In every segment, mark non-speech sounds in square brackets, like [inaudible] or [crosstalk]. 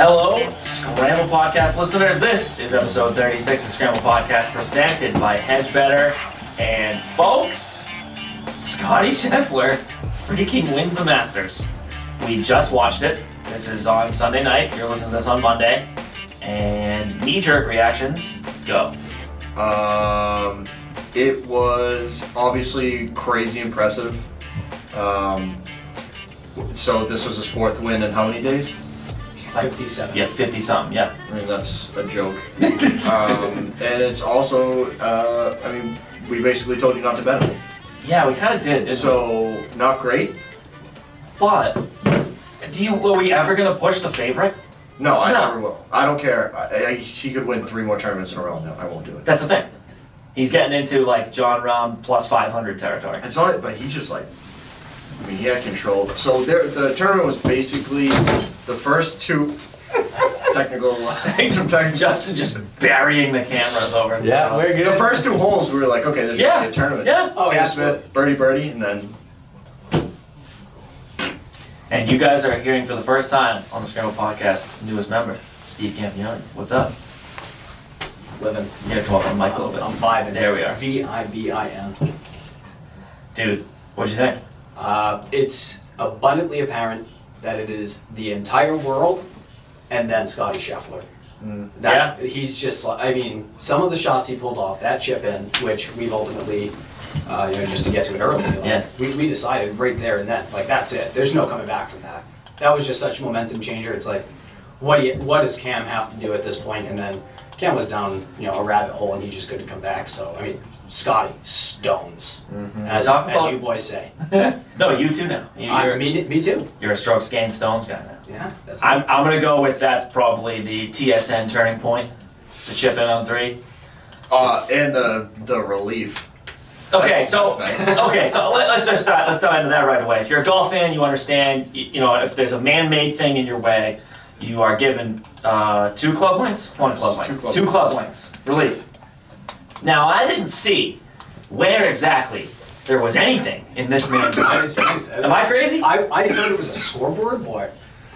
Hello, Scramble Podcast listeners. This is episode 36 of Scramble Podcast presented by Hedgebetter. And folks, Scotty Scheffler freaking wins the Masters. We just watched it. This is on Sunday night. You're listening to this on Monday. And knee jerk reactions go. Um, it was obviously crazy impressive. Um, so this was his fourth win in how many days? Like, 57. Yeah, 50 something. Yeah. I mean, that's a joke. um, and it's also, uh, I mean, we basically told you not to bet him. Yeah, we kind of did. didn't we? So not great. But do you were we ever gonna push the favorite? No, I No. never will. I don't care. I, I, he could win three more tournaments in a row. No, I won't do it. That's the thing. He's getting into like John Rahm plus five hundred territory. It's not, but he just like, I mean, he had control. So there, the tournament was basically the [laughs] first two technical, some technical. Justin just burying the cameras over. Yeah, we're The good. first two holes, we were like, okay, there's Yeah, gonna be a tournament. yeah. Oh, Taylor absolutely. Smith, birdie, birdie, and then And you guys are hearing for the first time on the Scramble Podcast, newest member, Steve Campione. What's up? Living. You gotta come up on mic a little bit. I'm vibing. There we are. V I B I N. Dude, what'd you think? Uh, it's abundantly apparent that it is the entire world and then Scotty Scheffler. That, He's just like, I mean, some of the shots he pulled off, that chip in, which we've ultimately, uh, you know, just to get to it early, like, Yeah. we, we decided right there and then, like, that's it. There's no coming back from that. That was just such a momentum changer. It's like, what do you, what does Cam have to do at this point? And then Cam was down, you know, a rabbit hole and he just couldn't come back. So, I mean, Scotty, stones, as, Talk as about- you boys say. No, you too now. You- I, You're, me, me too. you're a strokes gained stones guy now. Yeah, that's I'm, I'm gonna go with that's probably the TSN turning point, the chip in on three. uh, It's- and the the relief. Okay, so That's [laughs] nice. okay, so let, let's just dive, let's dive into that right away. If you're a golf fan, you understand. You, you know, if there's a man-made thing in your way, you are given uh, two club lengths, one club length, Two club two club lengths relief. Now, I didn't see where exactly there was anything in this man's. I, Am I crazy? I, I didn't know it was a scoreboard boy.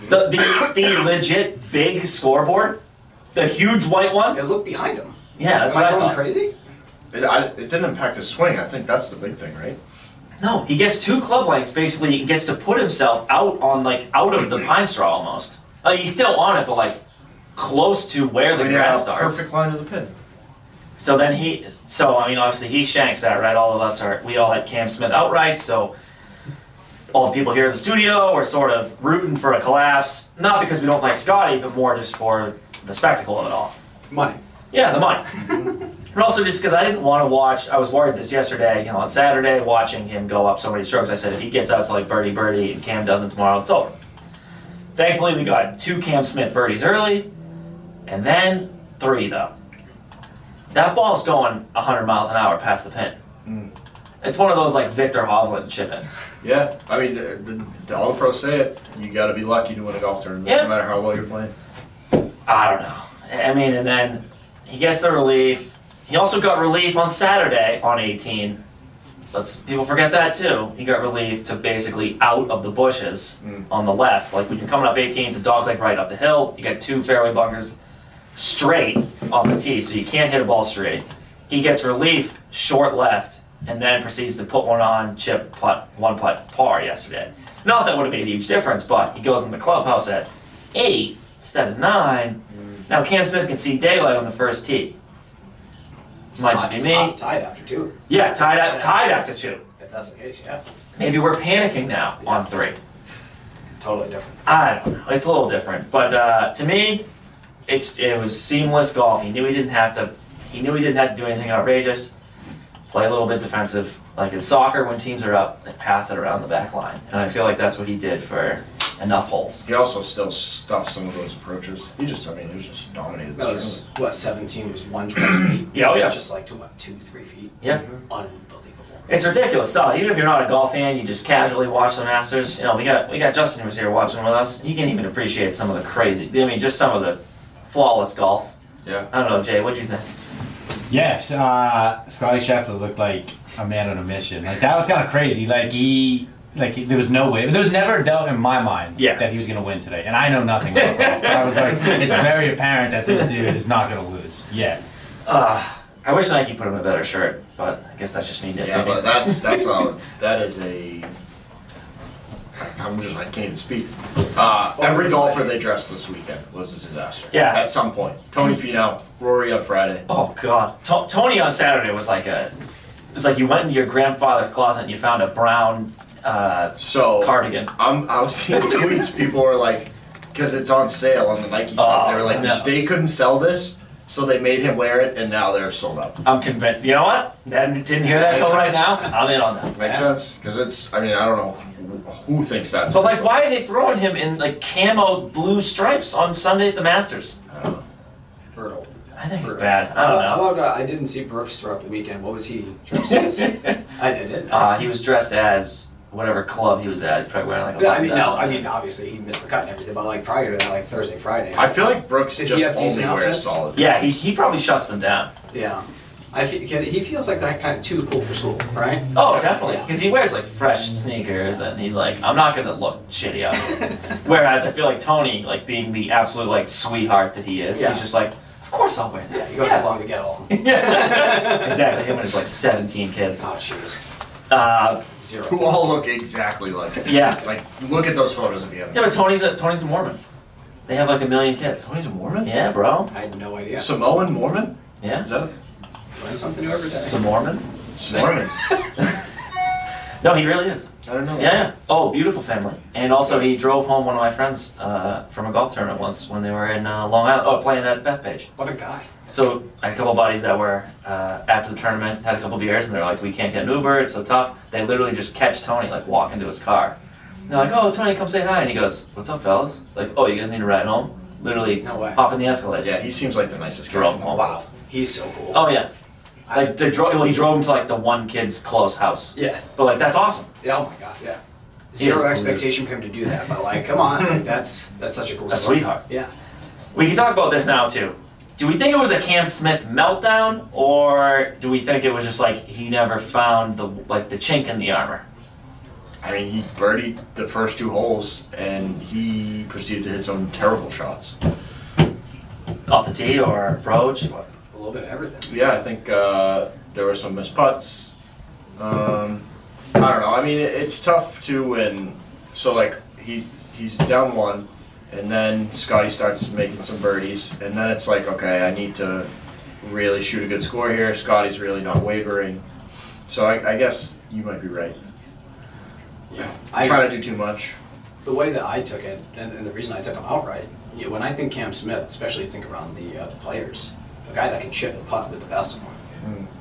The, the the legit big scoreboard, the huge white It one. looked behind him. Yeah, that's Am what I I going thought. crazy? It, I, it didn't impact his swing. I think that's the big thing, right? No, he gets two club lengths. Basically, he gets to put himself out on like out of the [clears throat] pine straw almost. Like he's still on it, but like close to where the I mean, grass yeah, starts. perfect line to the pin. So then he, so I mean, obviously he shanks that, right? All of us are, we all had Cam Smith outright. So all the people here in the studio are sort of rooting for a collapse, not because we don't like Scotty, but more just for the spectacle of it all. Money. Yeah, the money. but also just because I didn't want to watch, I was worried this yesterday, you know, on Saturday, watching him go up so many strokes. I said, if he gets out to like birdie birdie and Cam doesn't tomorrow, it's over. Thankfully, we got two Cam Smith birdies early, and then three though. That ball's going 100 miles an hour past the pin. It's one of those like Victor Hovland chip-ins. Yeah, I mean, the, the, the all pros say it. You got to be lucky to win a golf tournament, Yeah. no matter how well you're playing. I don't know. I mean, and then he gets the relief. He also got relief on Saturday on 18. Let's people forget that too. He got relief to basically out of the bushes Mm. on the left. Like when you're coming up 18, it's a dog leg right up the hill. You got two fairway bunkers straight off the tee, so you can't hit a ball straight. He gets relief short left, and then proceeds to put one on chip putt one putt par yesterday. Not that would have made a huge difference, but he goes in the clubhouse at eight instead of nine. Now Cam Smith can see daylight on the first tee. It's Might tied- be it's me. tied- Tied after two, Yeah, tied at tied after two. if that's the case, yeah. Maybe we're panicking now on three. Totally different. I don't know. It's a little different, but uh, to me, it's it was seamless golf. He knew he didn't have to. He knew he didn't have to do anything outrageous. Play a little bit defensive, like in soccer when teams are up, they pass it around the back line, and I feel like that's what he did for enough holes. He also still stuffed some of those approaches. He just, I mean, he was just dominated That this was, what, 17 was 120 feet? [clears throat] Yeah, oh yeah. Just like to what, two, three feet? Mm-hmm. Yeah. Unbelievable. It's ridiculous. So even if you're not a golf fan, you just casually watch the Masters. You know, we got we got Justin who was here watching with us. He can even appreciate some of the crazy. I mean, just some of the flawless golf. Yeah. I don't know, Jay. What do you think? Yes, uh, Scotty Scheffler looked like a man on a mission. Like that was kind of crazy. Like he like there was no way. But there was never a doubt in my mind Yeah. that he was going to win today, and I know nothing about golf. But [laughs] I was like, it's very apparent that this dude is not going to lose yet. Uh, I wish Nike put him in a better shirt, but I guess that's just me nitpicking. Yeah, but that's that's a that is a. I'm just I can't even speak. Uh, every golfer they dressed this weekend was a disaster. Yeah. At some point, Tony Finau, Rory on Friday. Oh God, To Tony on Saturday was like a. It was like you went into your grandfather's closet and you found a brown uh, So cardigan. I'm I was seeing tweets. People were like, because it's on sale on the Nike stuff. they were like, Oh, no. they couldn't sell this, so they made him wear it, and now they're sold out. I'm convinced. You know what? I didn't hear that till right now. I'm in on that. Makes sense? Because it's. I mean, I don't know who, who thinks that's. But like, why are they throwing him in like camo blue stripes on Sunday at the Masters? I don't know. Brutal. I think it's Brutal. bad. I don't How know. about uh, I didn't see Brooks throughout the weekend? What was he [laughs] dressed as? I, I didn't. Uh, he was dressed as whatever club he was at. He's probably wearing like a. Yeah, I mean, no, button-down. I mean, obviously he missed the cut and everything, but like prior to that, like Thursday, Friday. I feel like Brooks Did he have just only decent wears outfits? solid. Yeah, he, he probably shuts them down. yeah, I fe- yeah, he feels like that kind of too cool for school, right? Oh, definitely, because he wears like fresh sneakers, and he's like, I'm not gonna look shitty [laughs] out here. Whereas I feel like Tony, like being the absolute like sweetheart that he is, Yeah. he's just like, of course I'll wear [laughs] Yeah, that. he goes Yeah. along to get along. exactly. Him and his like 17 kids. Oh, jeez, Uh, zero. Who all look exactly like it. yeah. [laughs] Like, look at those photos of you. Yeah, but Tony's a Tony's a Mormon. They have like a million kids. Tony's Oh, a Mormon? Yeah, bro. I had no idea. Samoan Mormon? Yeah. Is that a th- Learn something new every day. Some Mormon? [laughs] Mormon? No, he really is. I don't know. Yeah. yeah. Oh, beautiful family. And also, he drove home one of my friends uh, from a golf tournament once when they were in uh, Long Island, oh, playing at Bethpage. what a guy. So I had a couple buddies that were uh, after the tournament had a couple beers and they're like, we can't get an Uber, it's so tough. They literally just catch Tony like walk into his car. And they're like, oh Tony, come say hi, and he goes, what's up, fellas? Like, oh, you guys need a ride home? Literally, No way. hop in the Escalade. Yeah, he seems like the nicest guy. Drove him home. Wow, he's so cool. Oh yeah. Like they drove. Well, he drove him to like the one kid's close house. Yeah. But like that's awesome. Yeah. Oh my God. He Yeah. is Zero cool, expectation for him to do that, but like, come on, [laughs] like, that's that's such a cool. A story. sweetheart. Yeah. We can talk about this now too. Do we think it was a Cam Smith meltdown, or do we think it was just like he never found the like the chink in the armor? I mean, he birdied the first two holes, and he proceeded to hit some terrible shots. Off the tee or approach? What? A little bit of everything. Yeah, I think uh, there were some missed putts. Um, I don't know. I mean, it- it's tough to win. So like he he's down one, and then Scotty starts making some birdies, and then it's like okay, I need to really shoot a good score here. Scotty's really not wavering. So I, I guess you might be right. Yeah. I I try to do too much. the way that I took it, and, and the reason I took him outright, you when I think Cam Smith, especially think around the, uh, the players, a guy that can chip and putt with the best of them.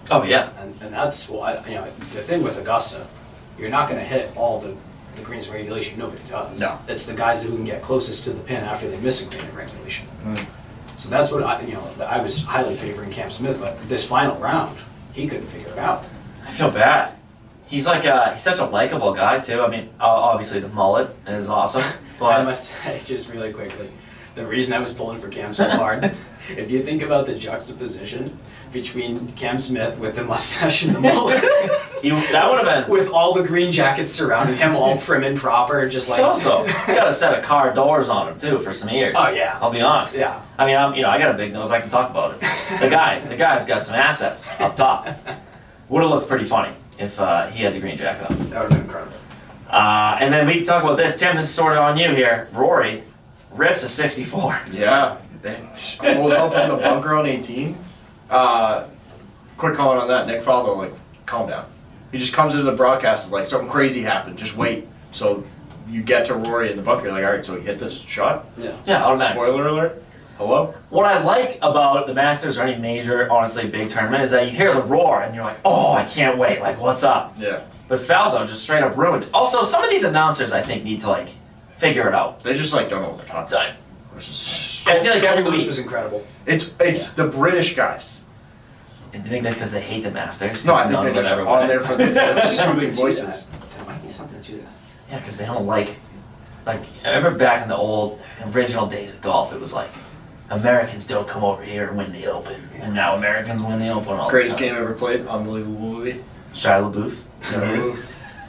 Oh yeah. And, and that's what, I, you know, the thing with Augusta, you're not going to hit all the, the greens in regulation. Nobody does. No. It's the guys who can get closest to the pin after they miss a green in regulation. So that's what I, you know, I was highly favoring Cam Smith, but this final round, he couldn't figure it out. I feel bad. He's like a, he's such a likable guy too. I mean, o- obviously the mullet is awesome, I but must [laughs] say, just really quickly, the reason I was pulling for Cam so hard, if you think about the juxtaposition between Cam Smith with the mustache and the mullet, he, that would have been. with all the green jackets surrounding him, all prim and proper, just like. He's [laughs] also he's got a set of car doors on him too for some ears. Oh, yeah. I'll be honest. Yeah. I mean, I'm, you know, I got a big nose. I can talk about it. The guy, the guy's got some assets up top. Would have looked pretty funny if uh, he had the green jacket on. That would have been incredible. Uh, and then we can talk about this. Tim, this is sort of on you here. Rory rips a 64. Yeah, that pulls up from the bunker on 18. Uh, quick comment on that, Nick Faldo, like, calm down. He just comes into the broadcast and like something crazy happened. Just wait. So you get to Rory in the bunker, you're like, all right, so he hit this shot. Yeah. Yeah, automatic. Spoiler alert. Hello. What I like about the Masters or any major, honestly, big tournament is that you hear the roar and you're like, oh, I can't wait. Like, what's up? Yeah. But Faldo just straight up ruined it. Also, some of these announcers, I think, need to, like, figure it out. They just like don't know what they're talking It's like- about. It's just- I feel like every Cole Moose week. was incredible. It's it's the British guys. Is the thing that because they hate the Masters? No, 'Cause I think none they're of them just ever on win. there for the [laughs] the soothing Something to voices. that. There might be something to that. Yeah, because they don't like. Like, I remember back in the old original days of golf, it was like Americans don't come over here and win the Open, and now Americans win the Open all Greatest the time. game ever played. Unbelievable movie. Shia LaBeouf.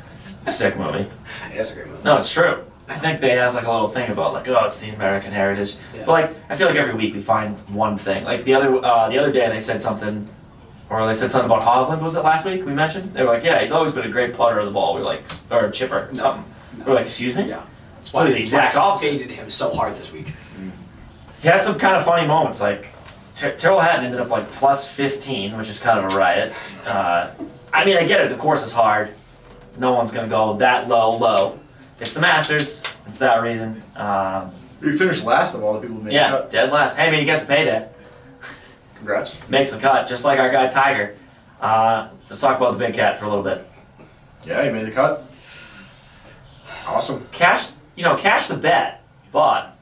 [laughs] Sick movie. It's a great movie. No, it's true. I think they have like a little thing about like, oh, it's the American heritage. Yeah. But like, I feel like every week we find one thing. Like the other uh, the other day they said something, or they said something about Hovland. Was it last week we mentioned? They were like, yeah, he's always been a great putter of the ball. We're like, s- or chipper, or No. something. We're like, excuse me. Yeah. That's So why, the that's why exact I opposite. hated him so hard this week. He had some kind of funny moments. Like Ter- Terrell Hatton ended up like plus fifteen, which is kind of a riot. Uh, I mean, I get it. The course is hard. No one's gonna go that low, low. It's the Masters. It's that reason. Um, You finished last of all the people who made the Yeah, cut. dead last. Hey, man, he gets a payday. Congrats. Makes the cut, just like our guy Tiger. Uh, let's talk about the big cat for a little bit. Yeah, you made the cut. Awesome. Cash, you know, cash the bet, but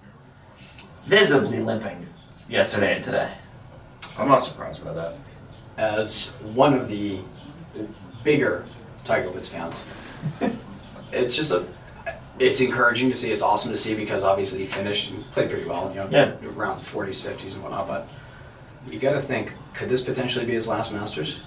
visibly limping yesterday and today. I'm not surprised by that. as one of the bigger Tiger [laughs] Woods fans. it's just a, it's encouraging to see. It's awesome to see because obviously he finished and played pretty well, you know, Yeah. around 40s, 50s, and whatnot. But you got to think, could this potentially be his last Masters?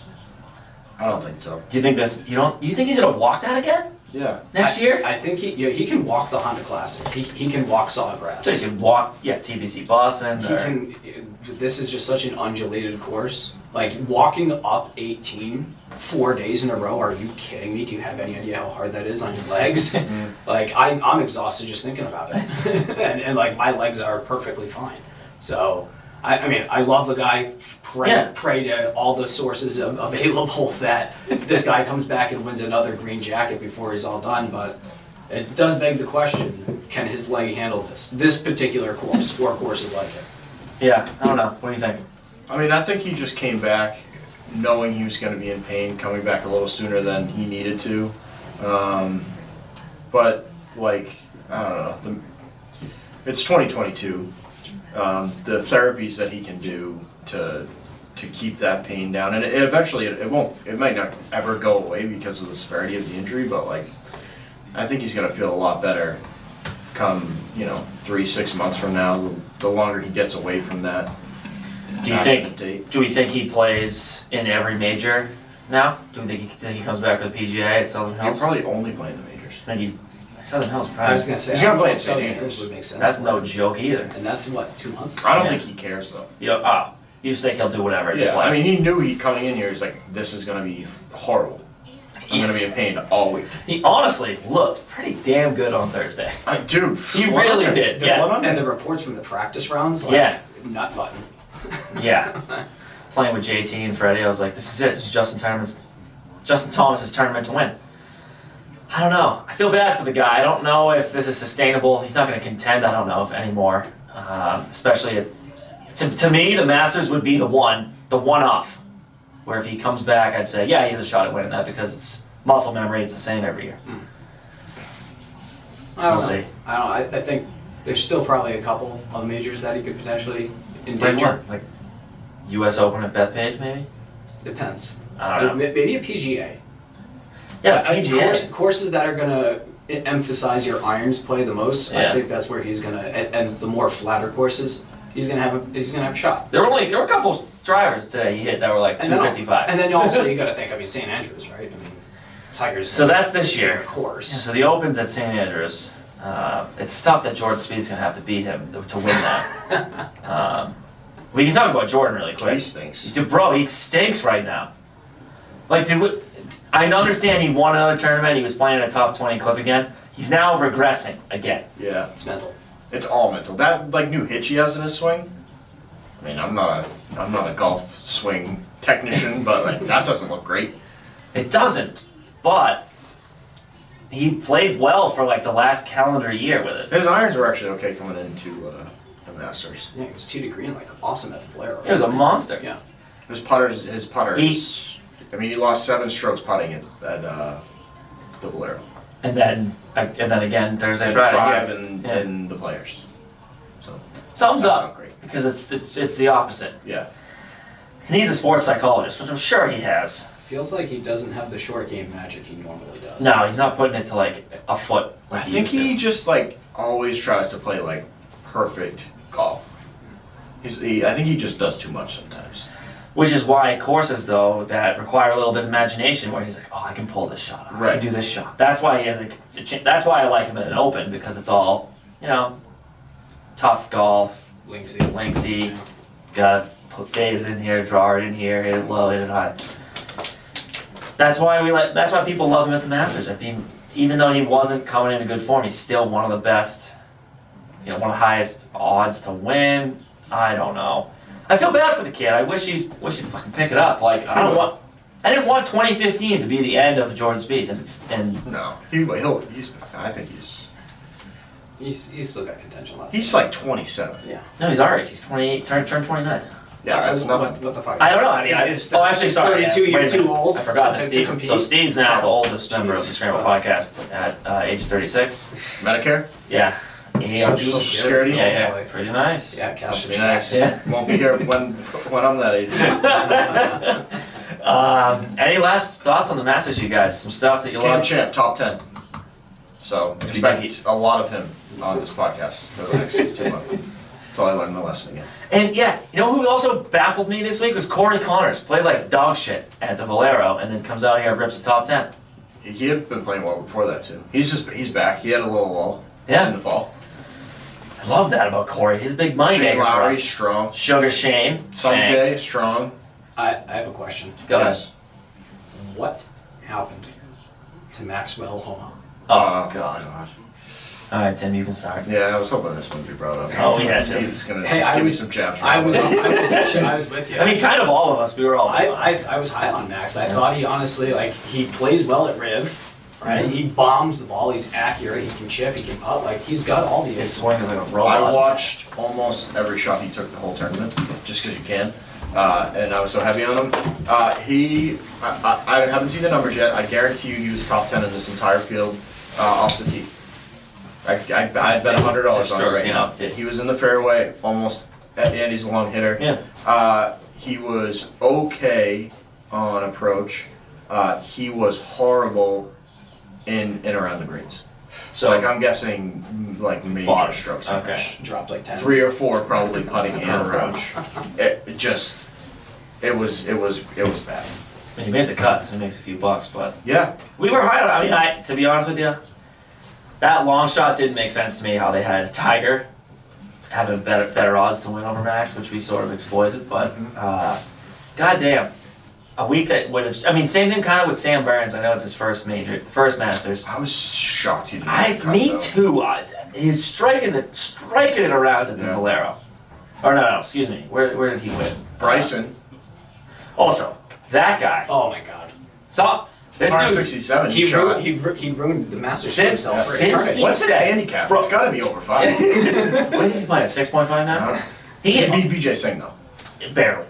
I don't think so. Do you think this? You don't? You think he's gonna walk that again Yeah. next I- year? I think he, yeah, he can walk the Honda Classic. He, he can walk Sawgrass. So he can walk. Yeah, TBC Boston. He or- can. This is just such an undulated course. Like walking up 18 four days in a row. Are you kidding me? Do you have any idea how hard that is on your legs? [laughs] like I, I'm exhausted just thinking about it, [laughs] and, and like my legs are perfectly fine. So. I, I mean, I love the guy. Pray, Yeah. pray to all the sources av- available [laughs] that this guy comes back and wins another green jacket before he's all done. But it does beg the question: Can his leg handle this? This particular course, four courses like it. Yeah, I don't know. What do you think? I mean, I think he just came back knowing he was going to be in pain, coming back a little sooner than he needed to. Um, but like, I don't know. The, it's 2022. Um, the therapies that he can do to to keep that pain down, and it, eventually it, it won't. It might not ever go away because of the severity of the injury, but like, I think he's going to feel a lot better come you know three six months from now. The, the longer he gets away from that. Do you accident think? date. Do we think he plays in every major now? Do we think he, think he comes back to the PGA at Southern He'll Hills? probably only play in the majors. I think he, Southern Hills probably. I was gonna say He's gotta I play at don't know St. if Southern Andrews. Hills would make sense. That's no joke either. And that's what two months. I don't Yeah. think he cares though. You know, oh, you just think he'll do whatever to Yeah, play. I mean, he knew he coming in here. He's like, this is gonna be horrible. I'm gonna be in pain all week. he honestly looked pretty damn good on Thursday. I do. He really did, yeah. And the reports from the practice rounds, like, Yeah. nut button. Yeah, playing with JT and Freddie, I was like, this is it. This is Justin Thomas. Justin Thomas's tournament to win. I don't know. I feel bad for the guy. I don't know if this is sustainable. He's not going to contend. I don't know if anymore. Uh, especially at, to to me, the Masters would be the one, the one off, where if he comes back, I'd say, yeah, he has a shot at winning that because it's muscle memory. It's the same every year. I don't We'll know. see. I don't. I, I think there's still probably a couple of majors that he could potentially Like endanger. what? Like U.S. Open at Bethpage, maybe. Depends. I don't know. May- Maybe a PGA. Yeah, I- I- PGA. course- courses that are gonna e- emphasize your irons play the most. Yeah. I think that's where he's gonna. And, and the more flatter courses, he's gonna have. A, he's gonna have a shot. There were only there were a couple drivers today he hit that were like And then al- 255. And then [laughs] also you got to think. I mean, St. Andrews, right? I mean, Tiger's. So that's this year. favorite course. Yeah, so the Open's at St Andrews. Uh, it's tough that Jordan Speed's gonna have to beat him to to win that. [laughs] um, we can talk about Jordan really He quick. stinks. Dude, bro, he stinks right now. Like, dude, what- I understand he won another tournament. He was playing a top 20 clip again. He's now regressing again. Yeah, It's mental. it's all mental. That like new hitch he has in his swing. I mean, I'm not a I'm not a golf swing technician, [laughs] but like that doesn't look great. It doesn't, but he played well for like the last calendar year with it. His irons were actually okay coming into uh, the Masters. Yeah, it was two to green, like awesome at the Valero. It was a monster. Yeah. His putters, his putters. He- I mean, he lost seven strokes putting at, at uh, the Valero. And then, and then again Thursday, and Friday. five in, Yeah. in the players. So Sums That's not up great. because it's, it's it's the opposite. yeah, And he's a sports psychologist, which I'm sure he has. Feels like he doesn't have the short game magic he normally does. No, he's not putting it to like a foot. I Like used think he just like always tries to play like perfect golf. He's, he, I think he just does too much sometimes. to. Which is why courses though that require a little bit of imagination, where he's like, "Oh, I can pull this shot. I Right. can do this shot." That's why he has a. a ch- That's why I like him at an open because it's all, you know, tough golf, Linksy. linksy. Got to put fades in here, draw it in here, hit it low, hit it high. That's why we like. That's why people love him at the Masters. I think even though he wasn't coming into good form, he's still one of the best. You know, one of the highest odds to win. I don't know. I feel bad for the kid. I wish he wish he'd fucking pick it up. Like I don't want. I didn't want 2015 to be the end of Jordan Spieth, and it's and No, he he'll he's. I think he's He's, he's still got contention left. he's like 27. yeah. no, he's alright. He's 28, turned turned 29. Yeah, that's what, nothing. What the fuck? I don't know. I mean, I, It's- it's oh, actually, sorry. yeah, 32, wait a you're minute. too old I forgot to- that to Steve. compete. Oh. So Steve's now the oldest member of the Jeez. Scramble podcast at uh, age 36. Medicare, Yeah. Yeah. Social Security. Yeah, yeah, pretty nice. Yeah, cash Should and be check. nice. Yeah. Won't be here when when I'm [laughs] that age. Um, any last thoughts on the Masters, you guys? Some stuff that you Cam love? Champ, top 10. So expect a lot of him on this podcast for the next two months. Until I learn my lesson again. And yeah, you know who also baffled me this week was Corey Connors. Played like dog shit at the Valero and then comes out here and rips the top 10. He had been playing well before that too. He's just he's back. He had a little lull Yeah. in the fall. I love that about Corey. He's a big money Shane maker for Lowry, us. strong. Sugar Shane. Sanjay, thanks. strong. I, I have a question. Go ahead. Yes. What happened to Maxwell Homa? Oh, Uh, God. All right, Tim, you can start. Yeah, I was hoping this would be brought up. Oh, yeah, He dude. was gonna Hey, just I give me was- some jabs. I right was away. I was sure I was with you. I mean, kind of all of us. We were all. I, I, I was high on Max. I thought he honestly like he plays well at Riv, right? Mm-hmm. He bombs the ball. He's accurate. He can chip. He can putt. Like he's got all the. His swing is like a robot. I watched almost every shot he took the whole tournament, just because you can. Uh, and I was so heavy on him. Uh, he, I, I, I haven't seen the numbers yet. I guarantee you, he was top ten in this entire field uh, off the tee. I, I, I bet hundred dollars on it Destroys right the now. off tee. He was in the fairway almost. And he's a long hitter. Yeah. Uh, he was okay on approach. Uh, he was horrible in and around the greens. So like I'm guessing, mm, like major Bottom. strokes. Okay. dropped like ten. Three or four probably putting and approach. It, it just, it was it was it was bad. And he made the cut, so he makes a few bucks. But Yeah. we were high on. I mean, I to be honest with you, that long shot didn't make sense to me. How they had Tiger having better better odds to win over Max, which we sort of exploited. But Mm-hmm. uh, goddamn, a week that would have. I mean, same thing kind of with Sam Burns. I know it's his first major, first Masters. I was shocked he didn't. I cut, me though. too. I, he's striking the striking it around at the Yeah. Valero. Or no, no, excuse me. Where where did he win? Bryson, Also, that guy. Oh my god. So this par dude. sixty-seven He shot. ruined, he, ru- he ruined the Masters Since- himself for since eternity. he- What's his said- handicap? Bro- It's got to be [laughs] over five. What is he playing? Six point five now. He he hit beat Vijay Singh though. barely.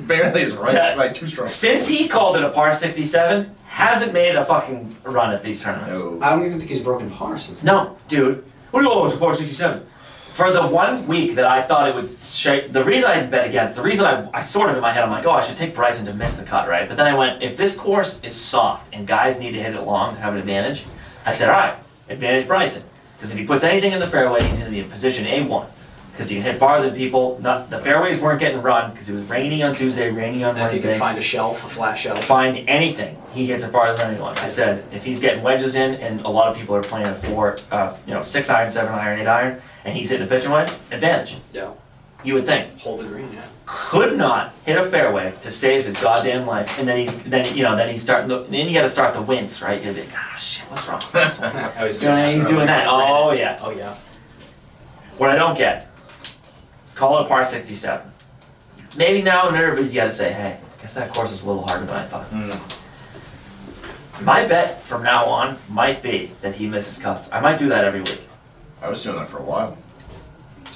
Barely is Ta- right, like two strokes. Since he called it a par sixty seven, hasn't made a fucking run at these tournaments. No. I don't even think he's broken par since. No, dude. What do you it's a par 67? For the one week that I thought it would shake, the reason I bet against, the reason I, I sort of in my head, I'm like, oh, I should take Bryson to miss the cut, right? But then I went, if this course is soft and guys need to hit it long to have an advantage, I said, all right, advantage Bryson. Because if he puts anything in the fairway, he's going to be in position A1. Because he can hit farther than people. Not, the fairways weren't getting run because it was rainy on Tuesday, rainy on And if he Wednesday can find a shelf, a flat shelf. find anything, he hits it farther than anyone. I said, if he's getting wedges in, and a lot of people are playing a four, uh, you know, six iron, seven iron, eight iron, and he's hitting a pitching wedge, advantage. Yeah. You would think Hold the green. Yeah. could not hit a fairway to save his goddamn life, and then he's then you know then he's starting the then you got to start the wince right. You're like, ah shit, what's wrong? with this one?" I was doing that. [laughs] He's doing that. Oh yeah. Oh yeah. What I don't get, call it a par sixty-seven. Maybe now in interview you got to say, hey, I guess that course is a little harder than I thought. Mm. My bet from now on might be that he misses cuts. I might do that every week. I was doing that for a while.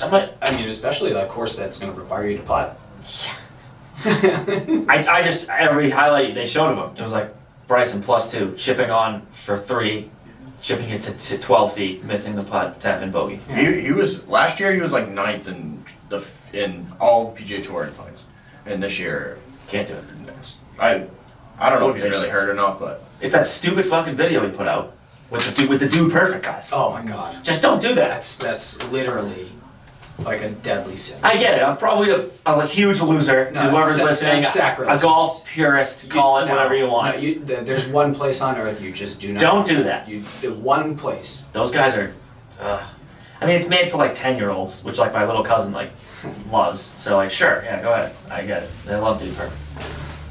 I might. I mean, especially that course that's going to require you to putt. I, I just every highlight they showed of him, it was like Bryson plus two, chipping on for three, chipping it to, to twelve feet, missing the putt, tap and bogey. He, he was last year. He was like ninth in the f- in all PGA Tour plays, and this year, Can't do it. I I don't know if Won't he take really hurt or not, but It's that stupid fucking video he put out with the dude with the dude perfect guys. Oh my god. Just don't do that. That's that's literally like a deadly sin. I get it. I'm probably a, I'm a huge loser to No, whoever's that's- listening. that's a sacrilege. golf purist, call it No, whatever you want. No, you, th- there's one place on earth you just do not. Don't do that. You, the one place. Those guys are. Uh, I mean, it's made for like ten year olds, which like my little cousin like loves. So like, sure, yeah, go ahead. I get it. They love Dude Perfect.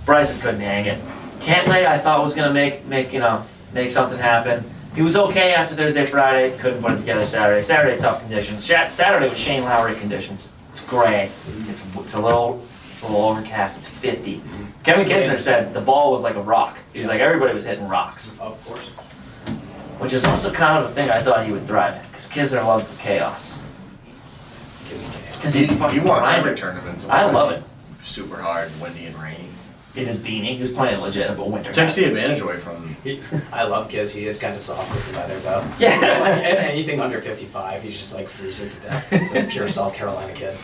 Bryson couldn't hang it. Cantlay, I thought was gonna make make you know make something happen. He was okay after Thursday, Friday. Couldn't put it together Saturday. Saturday, tough conditions. Sha- Saturday was Shane Lowry conditions. It's gray. It's it's a little it's a little overcast. It's fifty. Kevin Kisner said the ball was like a rock. He was like everybody was hitting rocks Of course. which is also kind of a thing I thought he would thrive in, because Kisner loves the chaos. Because he's a He fucking wants grinder. every tournament. to I win. love it. Super hard, windy and rainy. In his beanie, he was playing legit, but winter. Takes the advantage away from them. He, [laughs] I love Giz. He is kind of soft with the weather, though. Yeah. Like, a- anything under 55, he's just like freezing to death. It's like [laughs] pure South Carolina kid.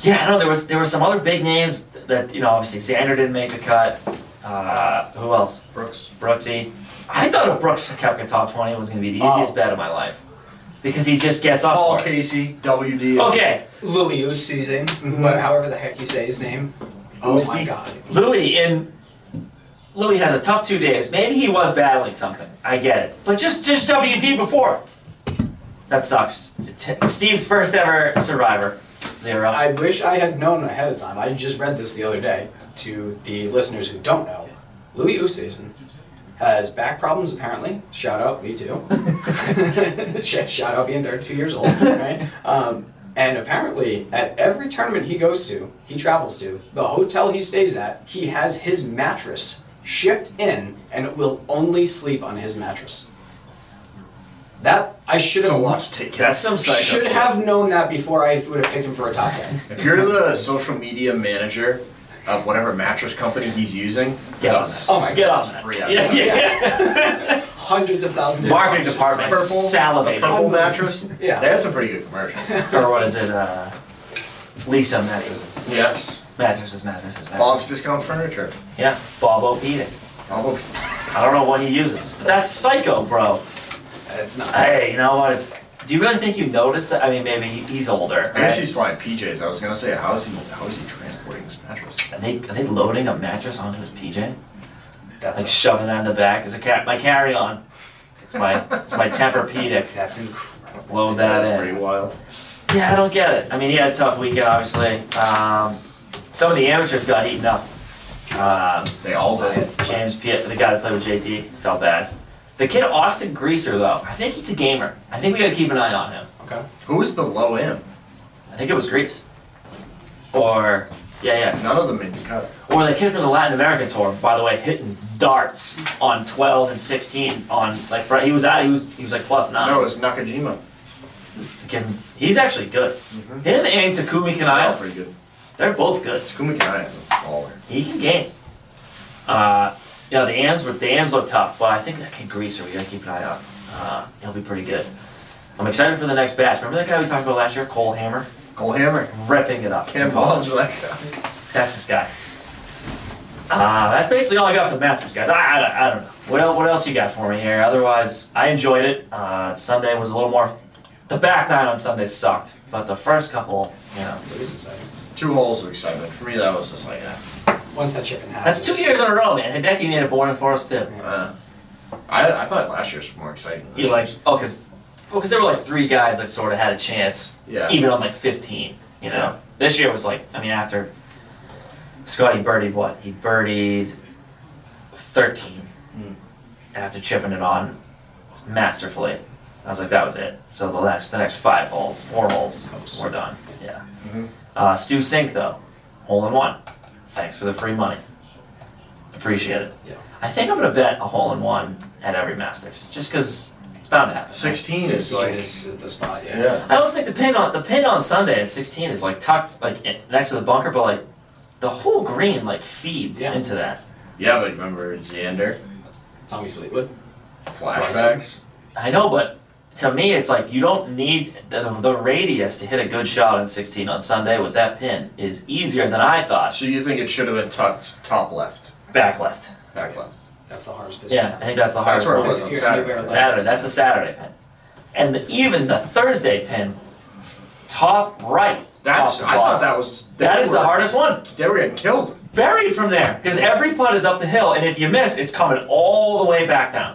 Yeah, I know there was there were some other big names that you know obviously Xander didn't make the cut. Uh, who else? Brooks. Brooksy. I thought if Brooks kept a top twenty, it was going to be the Oh. easiest bet of my life, because he just gets off. Paul for it. Casey, WD. Okay, Louis Oosthuizen, but however the heck you say his name. Mm-hmm. Oh my Oostie. god. Louis in Louis has a tough two days. Maybe he was battling something. I get it, but just just WD before. That sucks. T- Steve's first ever survivor, zero. I wish I had known ahead of time. I just read this the other day to the listeners who don't know. Louis Oosthuizen has back problems apparently. Shout out, me too. [laughs] Sh- Shout out being 32 years old, right? Um, and apparently, at every tournament he goes to, he travels to, the hotel he stays at, he has his mattress shipped in and will only sleep on his mattress. That I should It's a have lot to take in. That's some psycho. should shit. have known that before I would have picked him for a top 10. If you're the social media manager of whatever mattress company he's using, Get on this is- that. Oh my Get on this is that. free Yeah, advertising. yeah. hundreds of thousands [laughs] of Marketing dollars. department Purple, the salivated. purple mattress. Yeah. that's a pretty good commercial. [laughs] Or what is it? Uh, Lisa mattresses. yes, Mattresses, mattresses, mattresses. Bob's Discount Furniture. Yeah, Bob O'Peating. Bob, I don't know what he uses. But that's psycho, bro. It's not. Hey, you know what? It's. Do you really think you noticed that? I mean, maybe he- he's older. I guess right? he's flying PJs. I was gonna say, how is he? How is he transporting this mattress? Are they, are they loading a mattress onto his PJ? that's, Like shoving that in the back as a cat my carry on. It's my it's my Tempur-Pedic. that's incredible. Load that in. pretty wild. Yeah, I don't get it. I mean, he had a tough weekend, obviously. Um, some of the amateurs got eaten up. Um, They all did. James, P- the guy that played with JT, felt bad. The kid Austin Greaser, though, I think he's a gamer. I think we gotta keep an eye on him. Okay. Who was the low end? I think it was Grease. Or yeah, yeah. None of them made the cut. Or the kid from the Latin American tour, by the way, hitting darts on 12 and 16 on like Friday. He was out. He was he was like plus nine. No, it was Nakajima. The kid from- he's actually good. Him and Takumi They're all Kanaya, pretty good. they're both good. Takumi Kanai is a baller. He can game. Uh, yeah, the Ams were the Ams look tough, but I think that kid Greaser we gotta keep an eye on. Uh, he'll be pretty good. I'm excited for the next batch. Remember that guy we talked about last year, Cole Hammer, Cole Hammer. ripping it up. Can't apologize for that guy. Texas guy. Uh, that's basically all I got for the Masters, guys. I, I, don't- I don't know. What else, what else you got for me here? Otherwise, I enjoyed it. Uh, Sunday was a little more. The back nine on Sunday sucked, but the first couple, you know. It is exciting. Two holes of excitement. For me, that was just like, eh. Once that chicken happens. That's two years in a row, man. Hideki made it boring for us, too. Uh, I, I thought last year's was more exciting. than this You like, year's. oh, because there were like three guys that sort of had a chance, Yeah. even on like 15, you know? Yeah. This year was like, I mean, after Scotty birdied what? He birdied 13 Mm. after chipping it on masterfully. I was like, that was it. So the last, the next five holes, four holes, Close. we're done. Yeah. Mhm. Uh, Stu Sink though, hole in one. Thanks for the free money. Appreciate it. Yeah. I think I'm gonna bet a hole in one at every Masters, just because it's bound to happen. 16 16 is like. is the spot, yeah. yeah. I always think the pin on the pin on Sunday at 16 is like tucked like in- next to the bunker, but like the whole green like feeds Yeah. into that. Yeah, but remember Xander? Tommy Fleetwood. Flashbacks? I know, but to me, it's like you don't need the, the radius to hit a good shot on 16 on Sunday with that pin is easier than I thought. So you think it should have been tucked top left, Back left. back left? That's the hardest business. Yeah, I think that's the That's hardest where it one. was If on you're Saturday. anywhere left. Saturday. That's the Saturday pin. And the, even the Thursday pin top right. That's off the I thought bottom. that was they That is were- the hardest one. They were getting killed. Buried from there, because every putt is up the hill, and if you miss, it's coming all the way back down.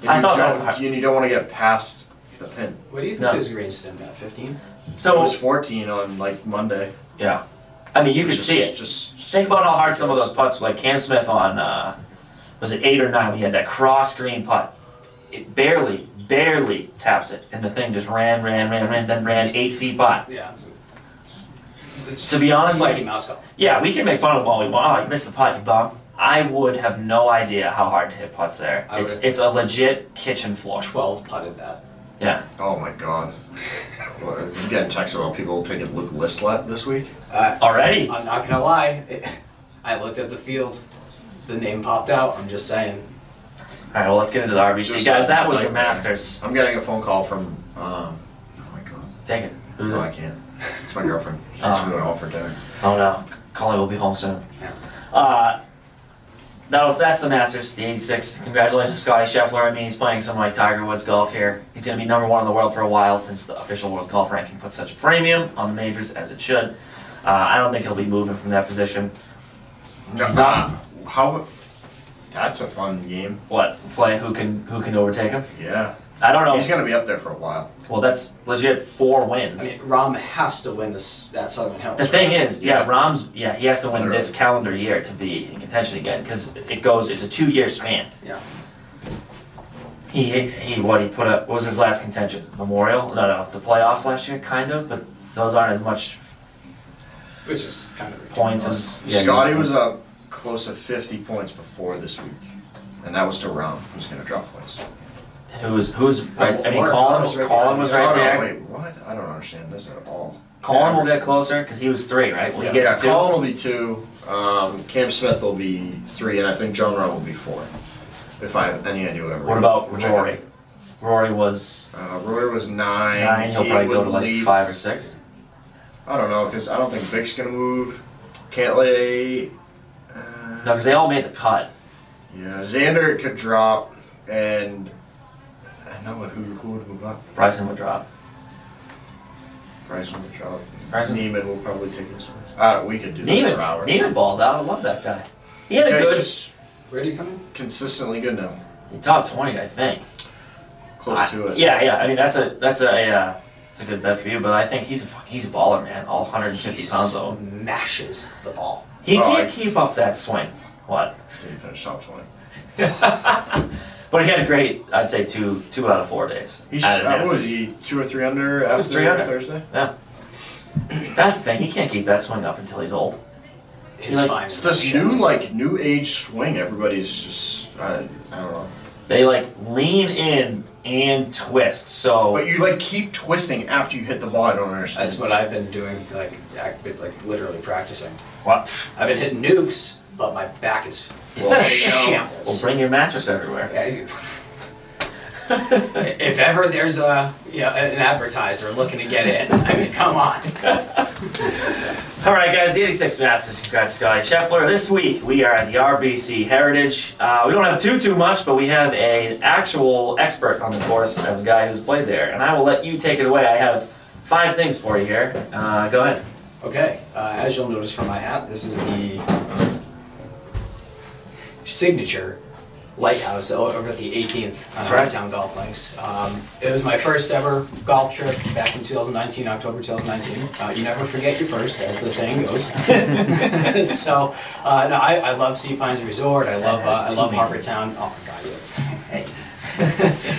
And I you thought don't, that's the hard- and you don't want to get past the pin. What do you think No. is green stem at? 15? It So was 14 on like Monday. yeah, I mean you could Just- see it. Just Think about how hard some of those putts, like Cam Smith on, uh, was it eight or nine? We had that cross green putt. It barely, barely taps it, and the thing just ran, ran, ran, ran, then ran eight feet by. Yeah. It's To be honest, Mickey like, Mouse golf. yeah, we can make fun of them all we want. Oh, you missed the putt, you bum. I would have no idea how hard to hit putts there. I It's would've- it's a legit kitchen floor. 12 putted that. Yeah, Oh my god. What, you getting texts about people taking Luke Lislet this week? Uh, already. I'm not gonna lie. It, I looked at the field. The name popped out. I'm just saying. All right, well, let's get into the RBC, Just guys. That was the nightmare. Masters. I'm getting a phone call from, um, oh my god. Take it. Who's No, I it? can't. It's my girlfriend. She's Oh. going out for dinner. Oh no, Colin will be home soon. Yeah. Uh, that was that's the Masters, the 86th. Congratulations, Scotty Scheffler. I mean, he's playing some like Tiger Woods golf here. He's going to be number one in the world for a while since the official world golf ranking puts such premium on the majors as it should. Uh, I don't think he'll be moving from that position. He's not- How? That's a fun game. What play? Who can who can overtake him? Yeah. I don't know. He's gonna be up there for a while. well, that's legit four I wins. mean, Rom has to win this that Southern Hills. the thing is, yeah, Yeah. Rom's yeah he has to win this calendar year to be in contention again because it goes it's a two year span. Yeah. He he what he put up what was his last contention? Memorial? No no, the playoffs last year kind of, but those aren't as much Which is kind of ridiculous. points as yeah, Scotty you- was up close to 50 points before this week, and that was to Rom, who's gonna drop points. who was who was right I mean Warren Colin was right Colin behind was him. right oh, there. No, wait, what? I don't understand this at all. Colin will get closer because he was three, right? Will he Yeah, get yeah, to two? Colin will be two. Um, Cam Smith will be three, and I think John Rom will be four. If I have any idea what I'm. What reading, about which I don't. Rory? Rory was Uh, Rory was nine. nine, he'll He probably go would to like leave- five or six. I don't know, cause I don't think Vic's gonna move. Cantlay. No, because they all made the cut. Yeah, Xander could drop, and I know what who who would move up. Bryson would drop. Bryson would drop. Bryson. Neiman will probably take his place. Uh, we could do this Neiman for hours. Neiman balled out. I love that guy. He had a Okay, good just Where did he come in? consistently good now. top twenty, I think. Close I- to it. Yeah, yeah. I mean, that's a that's a uh, that's a good bet for you. But I think he's a fuck- he's a baller, man. All 150 He pounds though. smashes the ball. He Oh, can't I- keep up that swing. What? Didn't finish top twenty. But he had a great, I'd say two two out of four days. He's at uh, what Masters. was he two or three under was after three under. Thursday? Yeah. That's the thing. He can't keep that swing up until he's old. His Like, spine. It's this new like new age swing. Everybody's just I, I don't know. They like lean in and twist. So But you like keep twisting after you hit the ball. I don't understand. That's what I've been doing. Like, I've been like literally practicing. what? I've been hitting nukes, but my back is Well, Well, shambles. bring your mattress everywhere. Yeah, you- [laughs] if ever there's a you know, an advertiser looking to get in, I mean, come on. All right, guys, the 86 Masters. Congrats, Scotty Scheffler. This week we are at the RBC Heritage. Uh, we don't have too too much, but we have an actual expert on the course as a guy who's played there, and I will let you take it away. I have five things for you here. Uh, go ahead. Okay, uh, as you'll notice from my hat, this is the signature lighthouse o- over at the 18th That's uh, right. Town Golf Links. Um, it was my first ever golf trip back in 2019, October 2019. Uh, you never forget your first, as the saying goes. [laughs] so, uh, no, I, I love Sea Pines Resort. I love uh, has I two love Harbor meanings. Town. Oh my God, yes. [laughs] Hey.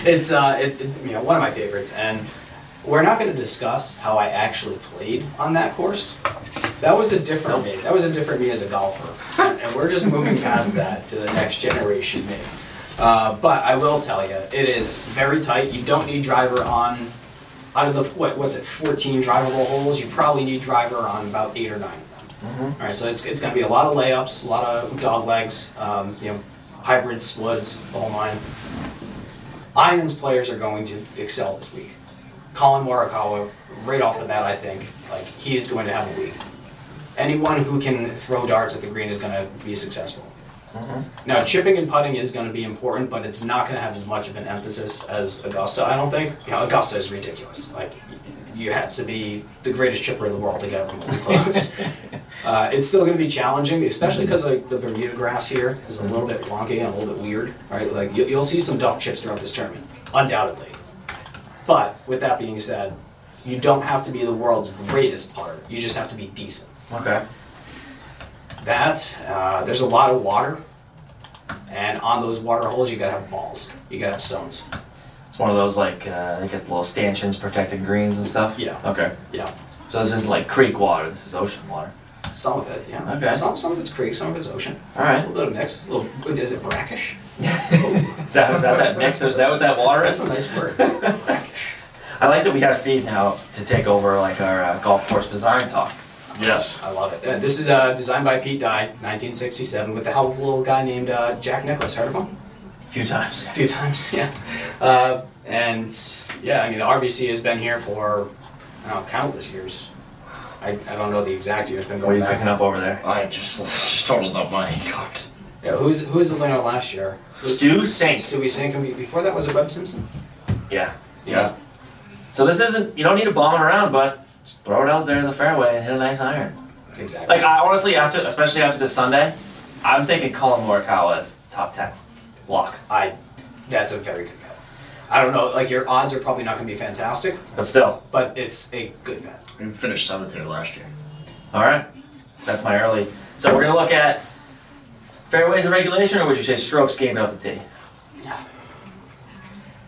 it's uh, it, it- you know one of my favorites, and we're not going to discuss how I actually played on that course. That was a different me. That was a different me as a golfer, and, and we're just moving past that to the next generation me. Uh, but I will tell you, it is very tight. You don't need driver on out of the what what's it 14 drivable holes. You probably need driver on about eight or nine. of them. All right, so it's, it's going to be a lot of layups, a lot of dog legs, um, you know, hybrids, woods, the whole nine. Irons players are going to excel this week. Colin Morikawa, right off the bat, I think, like he is going to have a week. Anyone who can throw darts at the green is going to be successful. Now, chipping and putting is going to be important, but it's not going to have as much of an emphasis as Augusta. I don't think. You know, Augusta is ridiculous. Like, you have to be the greatest chipper in the world to get everyone close. uh, it's still going to be challenging, especially Mm-hmm. because like the Bermuda grass here is a little bit wonky and a little bit weird. Right, like you, you'll see some dump chips throughout this tournament, undoubtedly. But with that being said, you don't have to be the world's greatest putter. You just have to be decent. Okay. That uh, there's a lot of water, and on those water holes, you gotta have balls. You gotta have stones. It's one of those like uh, they get little stanchions protecting greens and stuff. Yeah. Okay. Yeah, So this isn't like creek water. This is ocean water. some of it. Yeah. Okay. Some some of it's creek, some of it's ocean. All A right. little bit of mix. A little. Is it brackish? Is that, is that that mix? Is that what that water That's is? a nice word. brackish. I like that we have Steve now to take over like our uh, golf course design talk. Yes. I love it. Uh, this is uh, designed by Pete Dye, 1967, with the help of a little guy named uh, Jack Nicholas. Heard of him? A few times. a few [laughs] times, yeah. Uh, and yeah, I mean, the RBC has been here for I don't know, countless years. I, I don't know the exact year. It's been What are going you back. picking up over there? I just [laughs] just totaled up my card. Yeah, who's who's the winner last year? Stu Sinks. Stewie Sankum. Before that was it Webb Simpson? Yeah. Yeah. So this isn't. You don't need to bomb it around, but just throw it out there in the fairway and hit a nice iron. Exactly. Like I honestly, after especially after this Sunday, I'm thinking Colin Morikawa is top ten lock. I, that's a very good bet. I don't know. Like your odds are probably not going to be fantastic, But still, but it's a good bet. We finished seventh here last year. all right, that's my early. So we're gonna look at fairways and regulation, or would you say strokes gained off the tee? Yeah.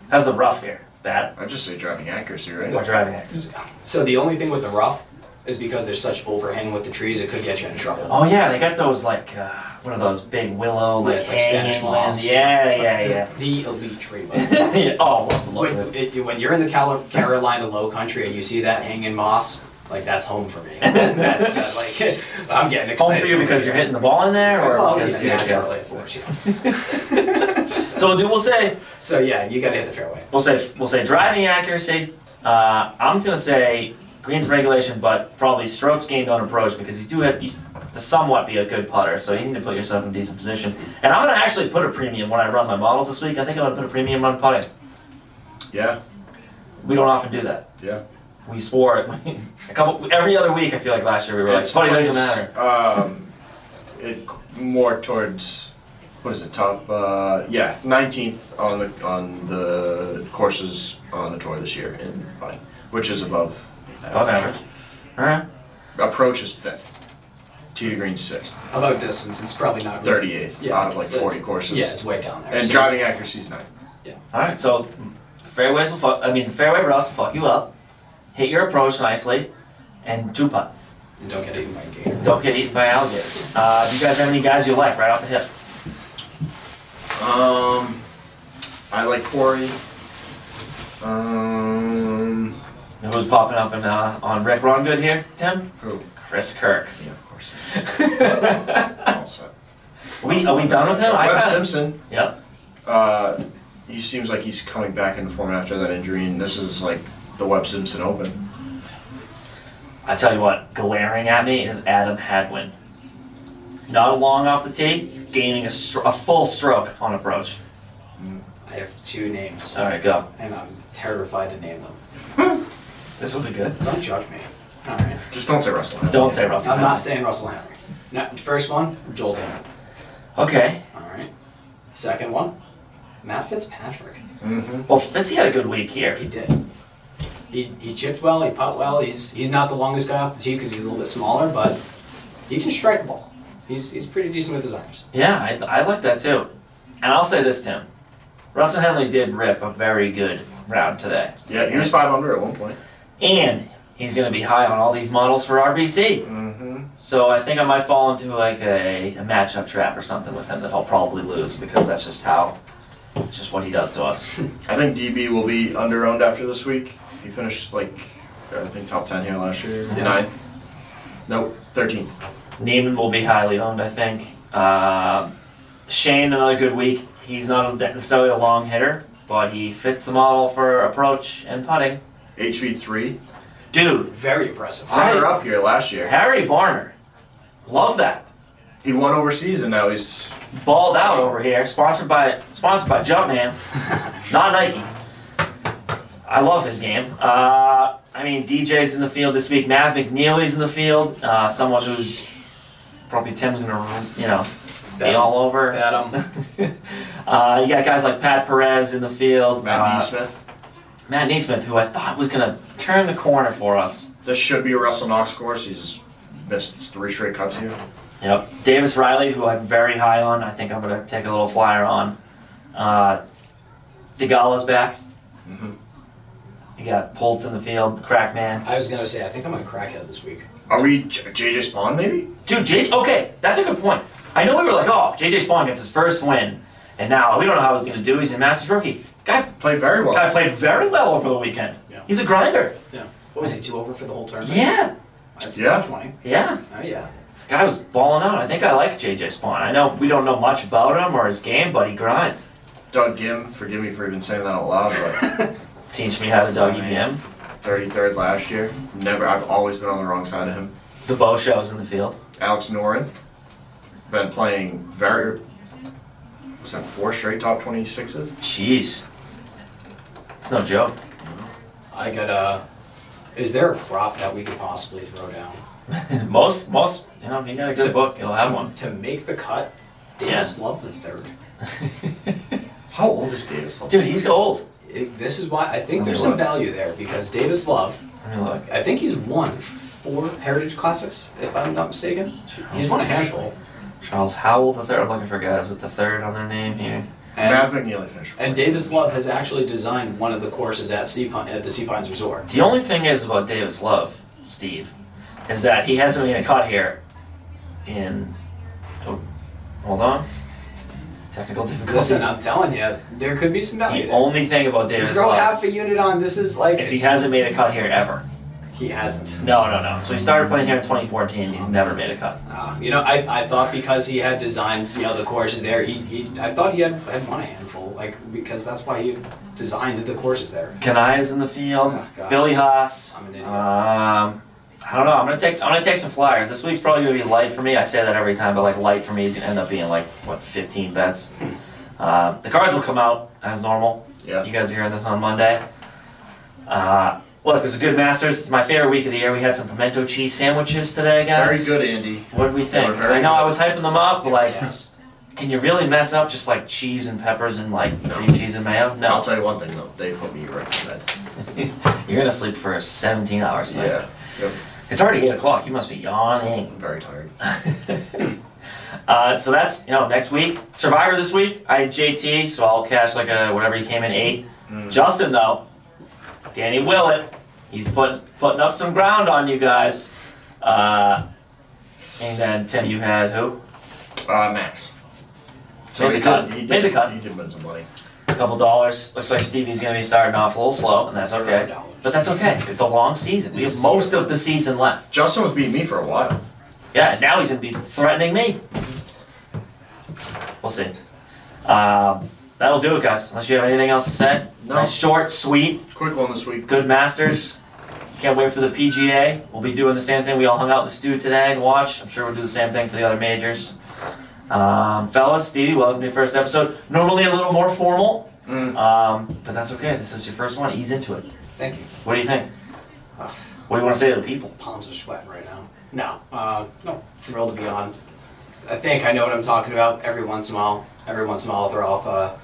How's the rough here? Bad. I just say driving accuracy, right? Or driving accuracy. So the only thing with the rough is because there's such overhang with the trees, it could get you in trouble. Oh yeah, they got those like uh, one of those big willow Yeah, like it's like Spanish hanging moss. limbs. Yeah, yeah, The elite tree. by [laughs] the way. yeah. yeah. Oh, look, When, look. it, when you're in the Cali- Carolina Low Country and you see that hanging moss, like that's [laughs] home for me. That's that, like I'm getting excited. Home for you because you're hitting the ball in there, or Well, because Oh, yeah, you're naturally, of course. Yeah. yeah. So we'll do. We'll say So yeah, you gotta hit the fairway. We'll say we'll say driving accuracy. Uh, I'm just gonna say greens regulation, but probably strokes gained on approach because he's do have, he's to somewhat be a good putter, so you need to put yourself in a decent position. And I'm gonna actually put a premium when I run my models this week. I think I'm gonna put a premium on putting. Yeah. We don't often do that. Yeah. We swore it [laughs] a couple every other week. I feel like last year we were like It's putting doesn't place, matter. Um, it more towards what is it top? Uh, yeah, nineteenth on the on the courses on the tour this year in putting, which is above Above average. All right. Approach is fifth. Tee to green sixth, How about distance? It's probably not thirty eighth Yeah, out of like it's- forty it's- courses. Yeah, it's way down there. and So- driving accuracy is ninth. All right, so the fairways will fuck. I mean, the fairway routes will fuck you up. Hit your approach nicely, and two putt. and don't get eaten by a gator. Don't get eaten by alligators. Uh, do you guys have any guys you like right off the hip? Um, I like Corey. Um, Who's popping up in, uh, on Rick Rongood here, Tim? who? Chris Kirk. oh, Yeah, of [laughs] course. are All set. we are we done with him? I Webb kinda- Simpson. Yep. Uh, he seems like he's coming back into form after that injury, and this is like the Webb Simpson Open. I tell you what, glaring at me is Adam Hadwin. Not long off the tee, gaining a, stro- a full stroke on approach. I have two names, All right, go. and I'm terrified to name them. This will be good. Don't judge me. All right. Just don't say Russell. Henley. Don't say Russell. I'm not saying Russell Henry. Now, first one, Joel Damon. Okay. All right. Second one, Matt Fitzpatrick. Well, Fitzy had a good week here. He did. He, he chipped well. He pot well. He's he's not the longest guy off the tee because he's a little bit smaller, but he can strike a ball. He's he's pretty decent with his arms. Yeah, I, I like that too. And I'll say this, Tim. Russell Henley did rip a very good round today. Yeah, he was five under at one point. And he's going to be high on all these models for RBC. Mm-hmm. So I think I might fall into like a, a matchup trap or something with him that I'll probably lose because that's just how, it's just what he does to us. I think DB will be under owned after this week. He finished like I think top ten here last year. Yeah. Ninth. Nope, thirteenth. Neiman will be highly owned, I think. Um Shane, another good week. He's not a- necessarily a long hitter, but he fits the model for approach and putting. HV three. Dude, Very impressive. I- Runner up here last year. Harry Varner. Love that. He won overseas and now he's balled out over here. Sponsored by sponsored by Jumpman, not Nike. I love his game. Uh, I mean, DJ's in the field this week. Matt McNeely's in the field. Uh, someone who's probably Tim's gonna, you know, be all over. Bet 'em. [laughs] Uh, you got guys like Pat Perez in the field. Matt uh, Neesmith. Matt Neesmith, who I thought was gonna turn the corner for us. This should be a Russell Knox course. He's missed three straight cuts here. Yep. Davis Riley, who I'm very high on. I think I'm gonna take a little flyer on. Uh, Thigala's back. Mhm. You got Poltz in the field, crack man. [laughs] I was gonna say, I think I'm a crackhead this week. Are we J- JJ Spawn maybe? Dude, J- okay, that's a good point. I know we were like, oh, JJ Spawn gets his first win, and now we don't know how he's gonna do. He's a Masters rookie. Guy, Played very well. guy played very well over the weekend. Yeah. He's a grinder. Yeah. What was he two over for the whole tournament? Yeah, That's Yeah. top twenty. yeah. Oh yeah. Guy was balling out. I think I like JJ Spawn. I know we don't know much about him or his game, but he grinds. Doug Gim, forgive me for even saying that out loud, Teach me how to doggy him. but 33rd last year. Never. I've always been on the wrong side of him. The bow shows in the field. Alex Norin, been playing very. Was that four straight top 26s? Jeez, it's no joke. [laughs] I got uh is there a prop that we could possibly throw down? most, most, you know, if you got a good book, you'll have one. To make the cut, Davis Love the third. How old is Davis? Dude, he's old. It- this is why I think Let there's me some look. value there because Davis Love, Let me look. I think he's won four Heritage Classics, if I'm not mistaken. He's won a handful. Charles Howell the third. I'm looking for guys with the third on their name here. And, Matt McNeely finished. and Davis Love has actually designed one of the courses at Sea Pine, at the Sea Pines Resort. The only thing is about Davis Love, Steve, is that he hasn't made a cut here. In oh, hold on, technical difficulty. Listen, I'm telling you, there could be some value the there. only thing about Davis Throw half Love a unit on. This is like is he hasn't made a cut here ever. he hasn't. No, no, no. So he started playing here in 2014. He's never made a cut. Uh, you know, I, I thought because he had designed you know the courses there, he, he I thought he had had won a handful like because that's why he designed the courses there. Kanaya's in the field. Oh, God. Billy Haas. I'm an idiot. Um, I don't know. I'm gonna take. I'm gonna take some flyers. This week's probably gonna be light for me. I say that every time, but like light for me is gonna end up being like what 15 bets. Uh, the cards will come out as normal. Hmm. Yeah. You guys are hearing this on Monday. Uh, look, it was a good Masters. It's my favorite week of the year. We had some pimento cheese sandwiches today, Very guys. good, Andy. What did we think? They were very I know I good. was hyping them up, but like, Yes. can you really mess up just like cheese and peppers and like cream cheese and mayo? I'll No, tell you one thing though. They put me right to bed. you're gonna sleep for 17 hours. tonight. Yeah. Yep. It's already eight o'clock. You must be yawning. [laughs] I'm very tired. Uh, so that's you know next week. Survivor this week. I had JT, so I'll cash like a whatever he came in eighth. Justin though, Danny Willett, he's put putting up some ground on you guys. Uh, and then Tim, you had who? Uh, Max. Made he the cut. Did, he did, Made the cut. He did win some money. A couple dollars. Looks like Stevie's gonna be starting off a little slow, and that's okay. $0. But that's okay. It's a long season. We have most of the season left. Justin was beating me for a while. Yeah, and now he's gonna be threatening me. We'll see. Um, that'll do it, guys. Unless you have anything else to say. No. Nice, short, sweet, Quick one this week. good Masters. Can't wait for the PGA. We'll be doing the same thing. We all hung out in the stew today and watched. I'm sure we'll do the same thing for the other majors. Um, fellas, Stevie, welcome to your first episode. Normally a little more formal, Mm. um, but that's okay. This is your first one. Ease into it. Thank you. What do you think? What do you want to say to the people? Palms are sweating right now. No, uh, no, thrilled to be on. I think I know what I'm talking about. Every once in a while, every once in a while, I'll throw off a,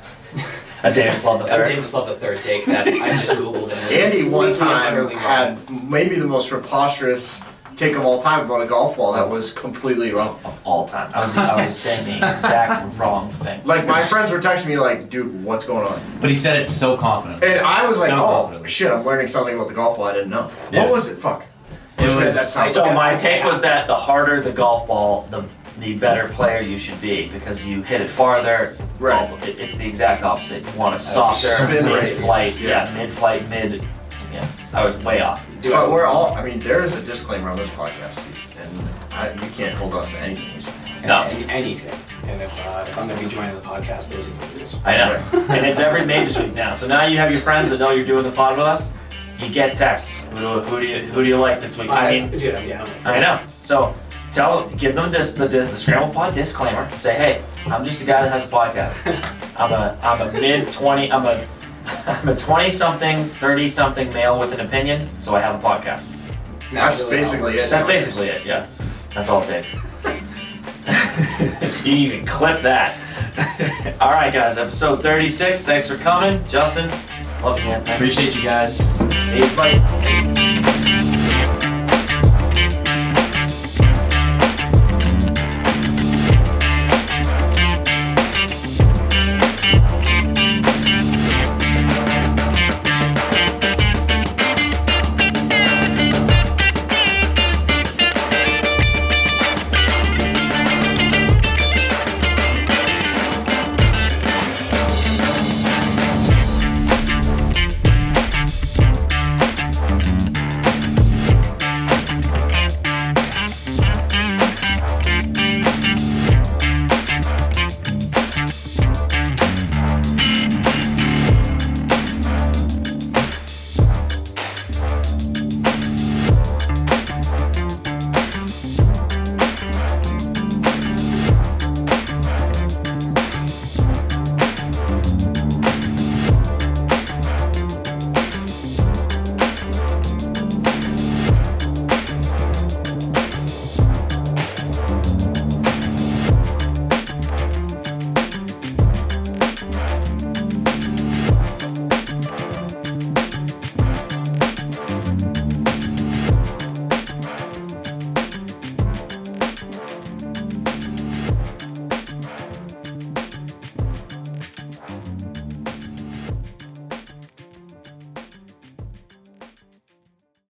A Davis [laughs] Love the a third. Davis Love the third take that I just googled and it's Andy one completely and time utterly wrong. had maybe the most preposterous take of all time about a golf ball that was completely wrong. of all time. I was, I was saying the exact wrong thing. Like my friends were texting me like, dude, what's going on? But he said it so confidently. And I was like, Sound oh confident. shit, I'm learning something about the golf ball I didn't know. Yeah. What was it? Fuck. It Just read was- that sound. So my take was that the harder the golf ball, the the better player you should be because you hit it farther. Right. Golf- it- it's the exact opposite. You want a softer Uh, spin rate. mid-flight. Yeah. Yeah, mid-flight, mid. Yeah, I was way off. Dude, But we're all. I mean, there is a disclaimer on this podcast, Steve, and I, you can't hold us to anything. we say. No. and anything. And if, uh, if I'm going to be joining the podcast, those are the rules. I know. and it's every majors week now. So now you have your friends that know you're doing the pod with us. You get texts. Who do, who do you who do you like this week? I I, mean, dude, I'm, yeah, I'm- I know. So tell, give them this, the, the scramble pod disclaimer. Say, hey, I'm just a [laughs] guy that has a podcast. I'm a, I'm a mid twenty, I'm a I'm a 20 something, 30 something male with an opinion, so I have a podcast. That's Naturally, basically outwards. it. That's basically it, yeah. That's all it takes. [laughs] you can clip that. all right, guys, episode 36. Thanks for coming. Justin, love you, man. Thanks. Appreciate you guys. Peace. Bye.